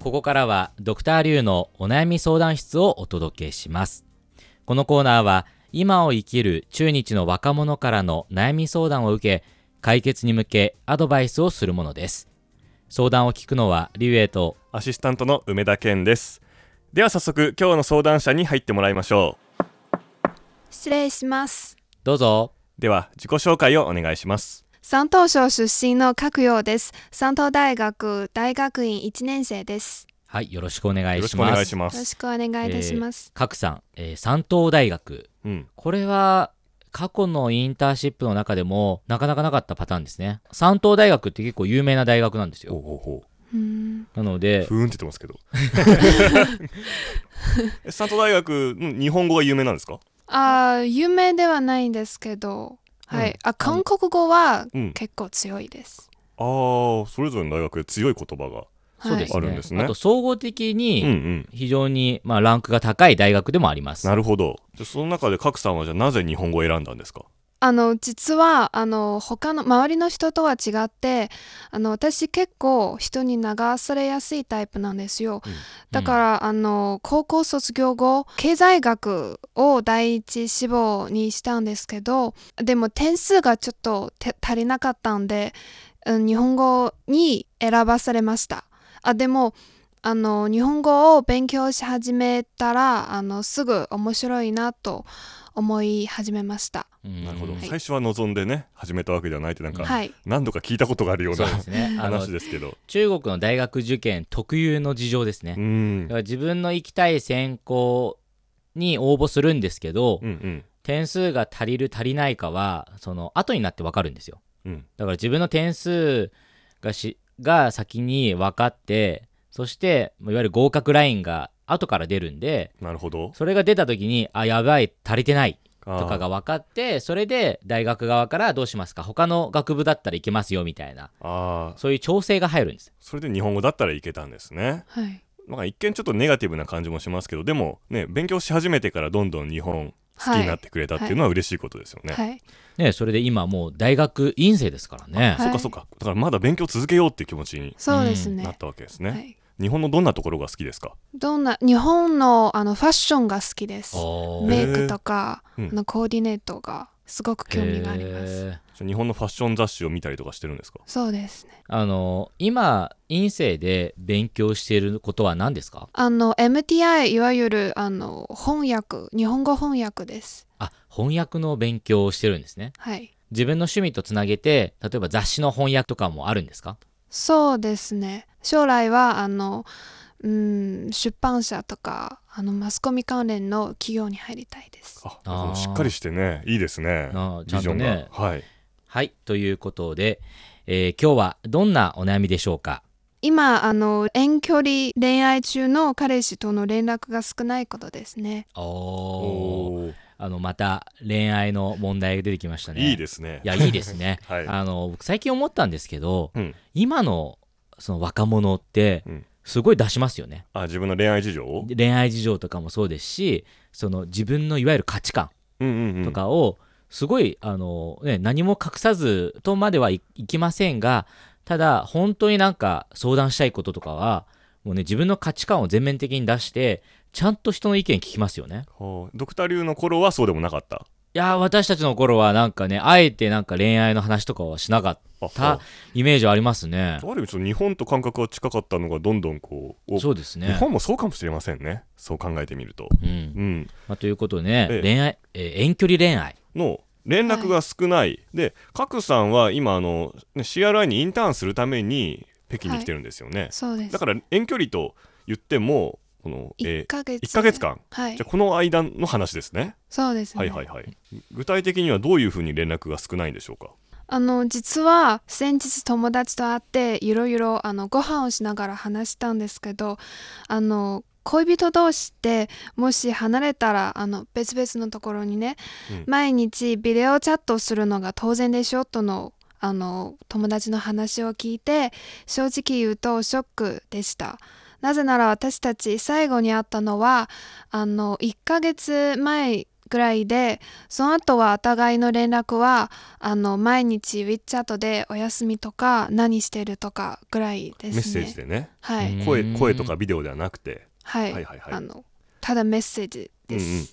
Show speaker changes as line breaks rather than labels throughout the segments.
ここからはドクターリュウのお悩み相談室をお届けしますこのコーナーは今を生きる中日の若者からの悩み相談を受け解決に向けアドバイスをするものです相談を聞くのはリュウエイと
アシスタントの梅田健です。では早速今日の相談者に入ってもらいましょ
失礼します。
どうぞ
う。では自己紹介をお願いします。
山東省出身の各ようです。山東大学大学院1年生です。
はいよろしくお願
よ
い
ろし
し
くお
ます
願いしま
よろ
す。
しくお願いいたします。
賀来さん、えー山東大学
うん、
これは過去のインターンシップの中でもなかなかなかったパターンですね山東大学って結構有名な大学なんです
お
よ
うおうおう
うーん
なので
ふーんって言ってますけど。え山東大学うん日本語が有名なんですか？
あー有名ではないんですけど、はい。
うん
あ韓国語は
うん。
結構強いです。
ああ、それぞれの大学で強い言葉が。
は
そ
い、
うですね,、
あるんですね
と総合的
うんう
に
ん。
非常に、まあ、ランクが高い大学でもあります、
なるほど。じゃあその中で角さんはじゃあなぜ日本語を選んだんですか？
あの実はあの他の周りの人とは違ってあの私結構人に流されやすいタイプなんですよ、
うん
だから、あの高校卒業後経済学を第一志望にしたんですけどでも点数がちょっとて足りなかったんで、うん、日本語に選ばされましたあでもあの日本語を勉強し始めたらあのすぐ面白いなと思い始めました
うん
なるほど。
はい
最初は望んでね始めたわけではないってなんか、
はい、
何度か聞いたことがあるよう
そう
な
です ねあの
話ですけど。
中国の大学受験特有の事情ですね、
う
だ
ん
か。ら自分の行きたい専攻に応募するんですけど、
うんうん
点数が足りる足りないかはその後になって分かるんですよ
うん。
だから自分の点数がしが先に分かってそしてまあいわゆる合格ラインが後から出るんで
なるほど。
それが出た時にあやばい足りてない
あー
とかが分かってそれで大学側からどうしますか他の学部だったらいけますよみたいな
ああ
そういう調整が入るんです
それで日本語だったらいけたんですね。
はい
なんか一見ちょっとネガティブな感じもしますけどでもね勉強し始めてからどんどん日本好きになってくれたっていうのは嬉しいことですよね。
はい、
ねそれで今もう大学院生ですからね、
はい
そっかそっかだからまだ勉強続けようっていう気持ちに
そうですね。
なったわけですね。
はい、
日本のどんなところが好きですか
どんな日本のあのファッションが好きです。
おー
メイクとか、
へーうん
あのコーディネートがすごく興味があります。
へー
じゃあ日本のファッション雑誌を見たりとかしてるんですか
そうですね。
あの今院生で勉強していることは何ですか
あの MTI いわゆるあの翻訳日本語翻訳です。
あ翻訳の勉強をしてるんですね
はい。
自分の趣味とつなげて例えば雑誌の翻訳とかもあるんですか
そうですね。将来はあのうん出版社とかあのマスコミ関連の企業に入りたいです。
あ
あー
でもしっかりしてねいいですね。
なあちゃ
ビ
ん
ジ
と
ョン
ね
が。はい
はいということで、えー今日はどんなお悩みでしょうか
今あの遠距離恋愛中の彼氏との連絡が少ないことですね。
おー
おー
あのまた恋愛の問題が出てきましたね
いいですすね。、
いやいいですね
はい
あの僕最近思ったんですけど
うん、
今のその若者って
うん
すごい出しますよね
あ自分の恋愛事情を
恋愛事情とかもそうですしその自分のいわゆる価値観
うんうんうん
とかをすごい、あのね、何も隠さずとまではい、いきませんがただ本当になんか相談したいこととかはもうね自分の価値観を全面的に出してちゃんと人の意見聞きますよね
ほうドクター流の頃はそうでもなかった。
いやー私たちの頃はなんかねあえてなんか恋愛の話とかはしなかっ
あ
たイメージはありますね
ある意味ちょっと日本と感覚が近かったのがどんどんこうお
そうです
日
ね、
本もそうかもしれませんねそう考えてみると、
うん
うん、
まあ、ということでね、
ええ
恋愛、えー遠距離恋愛
の連絡が少ない、で角さんは今あの、ね、CRI にインターンするために北京に来てるんですよね、
そうです。
だから遠距離と言ってもこの、
一
え
ヶ月。
1ヶ月。間、
はい
じゃあ。この間の話ですね、
そうですね。
はいはいはい具体的にはどういうふうに連絡が少ないんでしょうか
あの実は先日友達と会っていろいろあのご飯をしながら話したんですけど、あの恋人同士ってもし離れたらあの別々のところにね、
うん
毎日ビデオチャットするのが当然でしょとのあの友達の話を聞いて正直言うとショックでした。なぜなら私たち最後に会ったのはあの1ヶ月前ぐらいでその後はお互いの連絡はあの毎日 WeChat でお休みとか何してるとかぐらい
メ
ですね。
ッセージでね
は
うん
い、
声声とかビデオではなくて、
はい、
はいはいはい
あのただメッセージです。
うんうん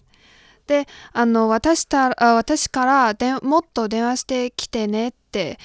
であの私たあ私からでもっと電話してきてねって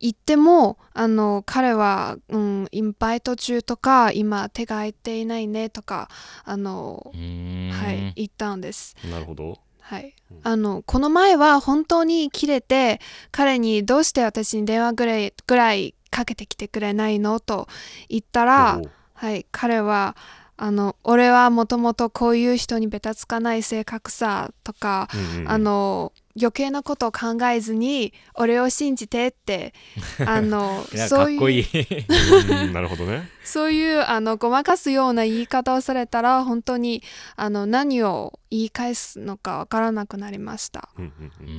言ってもあの彼は、うん、インバイト中とか今手が空いていないねとかあの、はい、言ったんです。
なるほど
はい
うん、
あのこの前は本当に切れて彼に「どうして私に電話ぐらいぐらいかけてきてくれないの?」と言ったら
お、う
はい、彼はあの「俺はもともとこういう人にべたつかない性格さ」とか、
うんうん
あの余計なことを考えずに「俺を信じて」って あの
いや
そ
かっ
うい
こいうい
うんなるほどね
そういうあのごまかすような言い方をされたら本当にあの何を言い返すのかわからなくなりました。
うんうんう
うん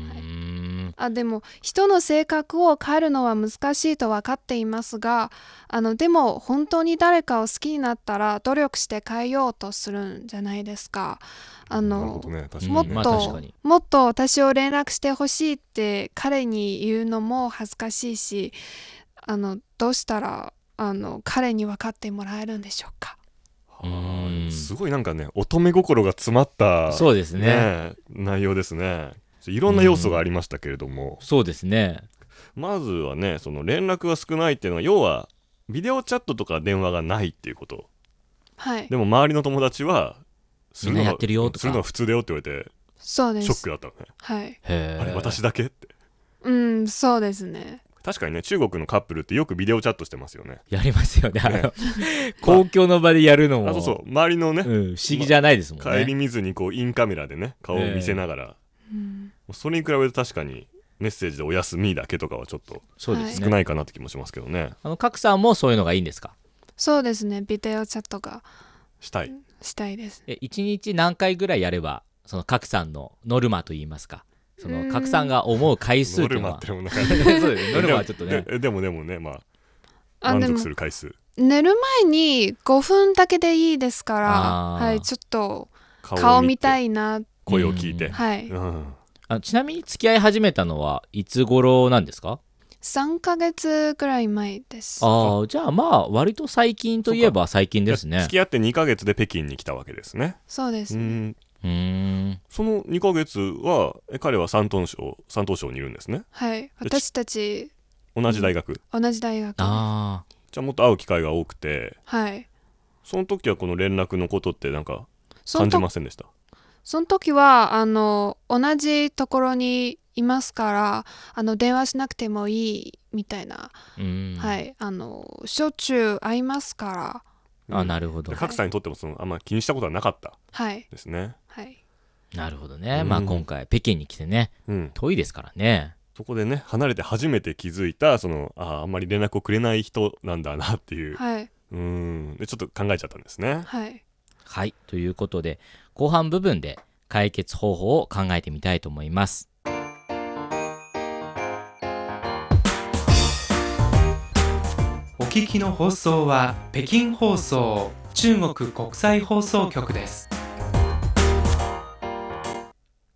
ん
あでも人の性格を変えるのは難しいと分かっていますがあのでも本当に誰かを好きになったら努力して変えようとするんじゃないですか。あ
なる
の
ほどね確かにね
もっ
まあ確か
と
に
もっと私を連絡してほしいって彼に言うのも恥ずかしいしあのどうしたらあの彼に分かってもらえるんでしょうか
うん
すごいなんかね乙女心が詰まった
そうですね
ね内容ですねいろんな要素がありましたけれども、
そうですね
まずはねその連絡が少ないっていうのは要はビデオチャットとか電話がないっていうこと
はい
でも周りの友達はするの
みん
が
なやってるよとか
するのが普通だよって言われ
そうで
て
す
ショックだったのね、
はい
へえ
あれ私だけって
うんそうですね
確かにね中国のカップルってよくビデオチャットしてますよね
やりますよねあの公共の場でやるのも
あそうそう周りの
う
ね、
ん不思議じゃないですもんね
顧みずにこうインカメラでね顔を見せながら、
うん
それに比べると確かにメッセージで「お休み」だけとかはちょっと
そうです
少
ね、
ないかなって気もしますけどね、
あの角さんもそういうのがいいんですか
そうですねビデオチャットが
したい
したいです
え1日何回ぐらいやればその角さんのノルマといいますかその角さんが思う回数
ノ
とい
ル
うの
マっ
は
てもなんか
そうですね ノルマはちょっと ね
ででもでもねまあ
あ
満
で
足
も
する回数
寝る前に5分だけでいいですから
あー
はい、ちょっと
顔
顔見た
い
いな
声を聞いて、
はい
うん
あちなみに付き合い始めたのはいつ頃なんですか
3ヶ月ぐらい前です
ああじゃあまあ割と最近といえば最近ですね
付き合って2ヶ月で北京に来たわけですね
そうです
う
ね
ん
うーん
その2ヶ月はえ彼は山東省山東省にいるんですね
はい私たち
同じ大学、
同じ大学
ああ
じゃあもっと会う機会が多くて
はい
その時はこの連絡のことってなんか
そ
感
の
じ
と
ませんでした
その時はあの同じところにいますからあの電話しなくてもいいみたいな、
うーん
はいあのしょっちゅう会いますから
あなるほど
で格差にとってもそのあんま気にしたことはなかった
はい
ですね
はい
なるほどね、
うん
まあ今回北京に来てね
うん
遠いですからね
そこでね離れて初めて気づいたそのあーあんまり連絡をくれない人なんだなっていう、
はいう
ーんでちょっと考えちゃったんですね
はい
はいということで後半部分で解決方法を考えてみたいと思います
お聞きの放送は北京放送中国国際放送局です。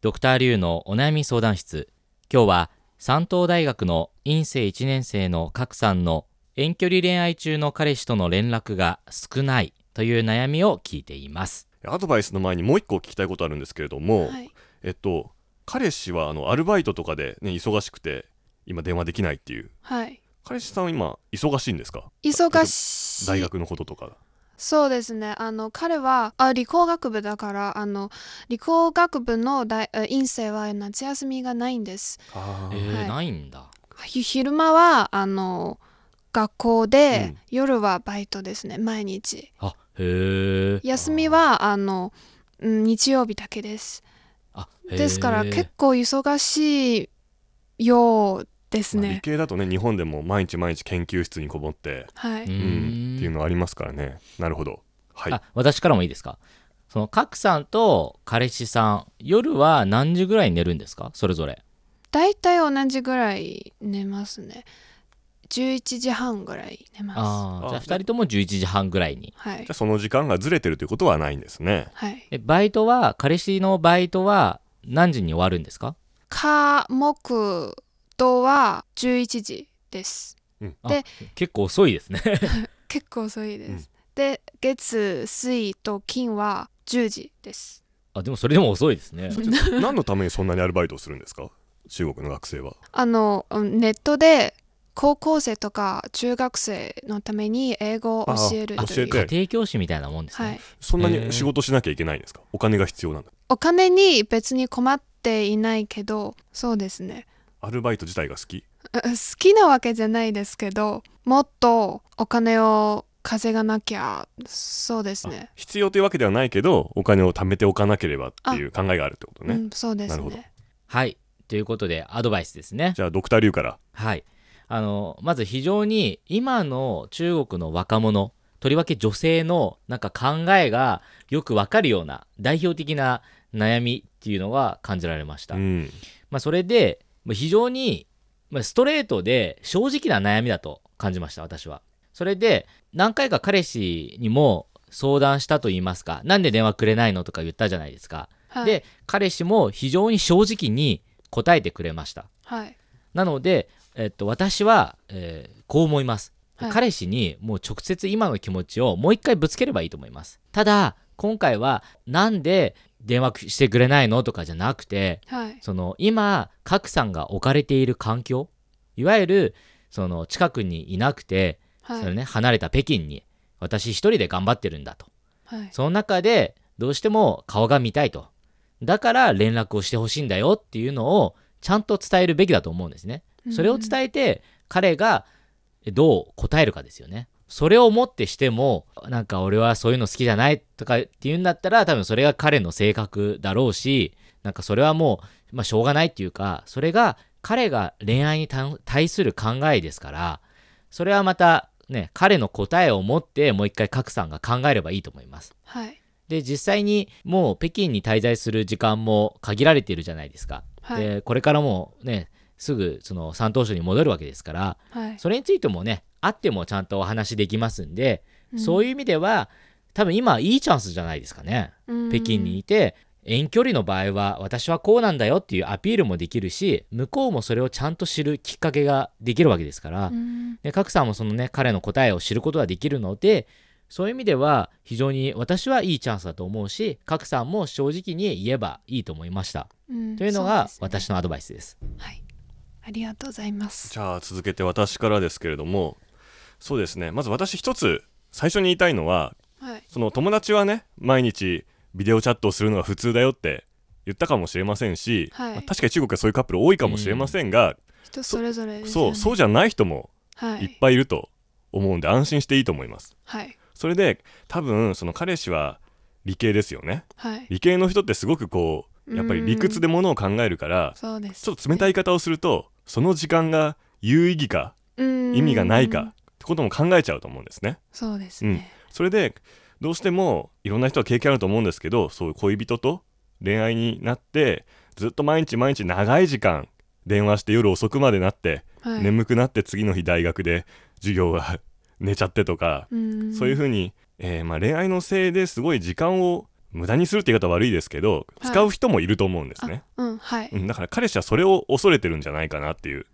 ドクターリュウのお悩み相談室今日は山東大学の院生1年生の角さんの遠距離恋愛中の彼氏との連絡が少ないという悩みを聞いています
アドバイスの前にもう一個聞きたいことあるんですけれども、
はい
えっと彼氏はあのアルバイトとかで、ね、忙しくて今電話できないっていう
はい
彼氏さんは今忙しいんですか
忙しい
大学のこととか
そうですねあの彼はあ理工学部だからあの理工学部の大え院生は夏休みがないんです
あ
えー
はい
ないんだ
ひ昼間はあの学校で、
うん
夜はバイトですね毎日
あへえ
休みはあの、うん、日曜日だけです
あへー
ですから結構忙しいようです
まあ理
ね、
系だとね日本でも毎日毎日研究室にこもって、
は
う
い
うんんっていうのありますからねなるほどはい
あ私からもいいですかその角さんと彼氏さん夜は何時ぐらいに寝るんですかそれぞれ
だいたい同じぐらい寝ますね11時半ぐらい寝ます
あ
あ
あじゃあ2人とも11時半ぐらいに
はい
じゃあその時間がずれてるということはないんですね
はい
えバイトは彼氏のバイトは何時に終わるんですか
科目とは11時です
結構遅いですね
結構遅いです、で月水と金は10時です
あでもそれでも遅いですね
何のためにそんなにアルバイトをするんですか中国の学生は
あのうんネットで高校生とか中学生のために英語を教える
あ
とい
教え
う
て
家庭教師みたいなもんですね、
はい、
そんな
へー
に仕事しなきゃいけないんですかお金が必要なんだ
お金に別に困っていないけどそうですね
アルバイト自体が好き
う好きなわけじゃないですけどもっとお金を稼がなきゃそうですね
必要というわけではないけどお金を貯めておかなければっていう考えがあるってことね、
うん、そうです
なるほど
ね
はい。ということで、アドバイスですね。
じゃあドクターリュウから
はい。あの、まず非常に今の中国の若者、とりわけ女性のなんか考えがよくわかるような代表的な悩みっていうのが感じられました。
うん
まあ、それで、まあ非常にまあストレートで正直な悩みだと感じました、私は。それで、何回か彼氏にも相談したと言いますか、なんで電話くれないのとか言ったじゃないですか。
はい
で、彼氏も非常に正直に答えてくれました。
はい
なので、えっと、私は、えーこう思います、
はい
彼氏にもう直接今の気持ちをもう一回ぶつければいいと思いますただ今回はなんで電話してくれないのとかじゃなくて
はい
その今賀来さんが置かれている環境いわゆるその近くにいなくて、
はい
それね、離れた北京に私一人で頑張ってるんだと
はい
その中でどうしても顔が見たいとだから連絡をしてほしいんだよっていうのをちゃんと伝えるべきだと思うんですねそれを伝えて彼がどう答えるかですよね。それをもってしてもなんか俺はそういうの好きじゃないとかっていうんだったら多分それが彼の性格だろうしなんかそれはもう、まあ、しょうがないっていうかそれが彼が恋愛にた対する考えですからそれはまたね彼の答えを持ってもう一回賀来さんが考えればいいと思います。
はい
で実際にもう北京に滞在する時間も限られているじゃないですか。
はい
でこれからもねすぐその山東省に戻るわけですから
はい
それについてもねあってもちゃんとお話できますんで、そういう
う
意味では多分今いいチャンスじゃないですかね、
ん
北京にいて遠距離の場合は私はこうなんだよっていうアピールもできるし向こうもそれをちゃんと知るきっかけができるわけですから、
うん
で賀来さんもそのね彼の答えを知ることができるのでそういう意味では非常に私はいいチャンスだと思うし賀来さんも正直に言えばいいと思いました、
うん
というの
そ
が
ですね
私のアドバイスです。
はいありがとうございます
じゃあ続けて私からですけれどもそうですねまず私一つ最初に言いたいのは
はい
その友達はね毎日ビデオチャットをするのが普通だよって言ったかもしれませんし、
はい
まあ確かに中国はそういうカップル多いかもしれませんが、
人それぞれですよ
そう
ね
そうじゃない人も
は
い
い
っぱいいると思うんで安心していいと思います
はい
それで多分その彼氏は理系ですよね
はい
理系の人ってすごくこうやっぱり理屈でものを考えるから
そうです
ちょっと冷たい言い方をするとその時間が有意義か
意
意味がないかってことも考えちゃうと思うんですね
そうですね
それでどうしてもいろんな人は経験あると思うんですけどそういう恋人と恋愛になってずっと毎日毎日長い時間電話して夜遅くまでなって、
はい
眠くなって次の日大学で授業が 寝ちゃってとか、
うん
そういうふうに、えーまあ、恋愛のせいですごい時間を無駄にするって言い方は悪いですけど、
はい
使う人もいると思うんですね、
うんはい
うん、だから彼氏はそれを恐れてるんじゃないかなっていう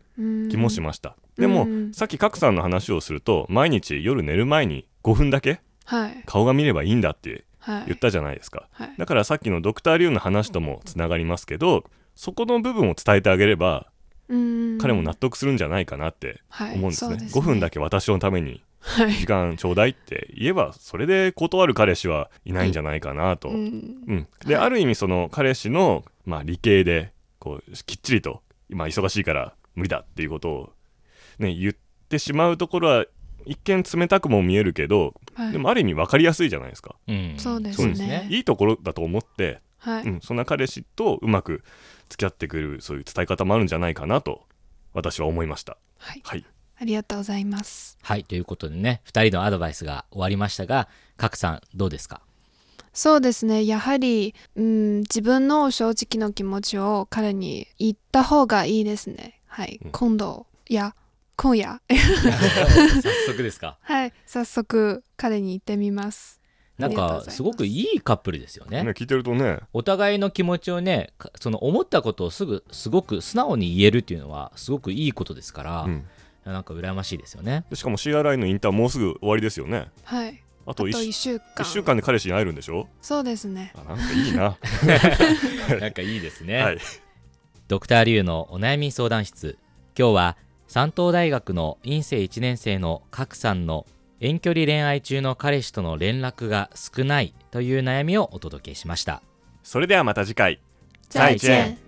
気もし
ま
ました、
うん
でも、
うん
さっき賀来さんの話をすると毎日夜寝る前に5分だけ
すはい
顔が見ればいいんだって
はい
言ったじゃないですか、
はい
だからさっきのドクター・リュウの話ともつながりますけどそこの部分を伝えてあげれば
うん
彼も納得するんじゃないかなって
はい
思うんですね,、
そ
5分だけ私のために
はい
時間ちょうだいって言えばそれで断る彼氏はいないんじゃないかなと、
うん
うん、で、
はい
ある意味その彼氏の、まあ、理系でこうきっちりと今忙しいから無理だっていうことを、ね、言ってしまうところは一見冷たくも見えるけど
はい
でもある意味分かりやすいじゃないですか、
うん
そうです
そ
ね
うですね
いいところだと思って、
は
う
い
ん、そんな彼氏とうまく付き合ってくるそういう伝え方もあるんじゃないかなと私は思いました。
はい
はい、
ありがとうございます
はい、ということでね、2人のアドバイスが終わりましたが、賀来さん、どうです か
そうですねやはりうん自分の正直の気持ちを彼に言った方がいいですねはい
うん
今度いや今夜
早速ですか。
はい早速彼に言ってみます
なん
ありがとう
か
ございます
すごくいいカップルですよね
ね聞いてるとね
お互いの気持ちをねかその思ったことをすぐすごく素直に言えるっていうのはすごくいいことですから、
うん
なんか羨ましいですよね
でしかも CRI のインターンもうすぐ終わりですよね
はい
あ
あと
と 1,
1週間
週間で彼氏に会えるんでしょ
そうですね
あなんかいいな
なんかいいですね、
はい
ドクターリュウのお悩み相談室今日は山東大学の院生1年生の賀来さんの遠距離恋愛中の彼氏との連絡が少ないという悩みをお届けしました
それではまた次回
再见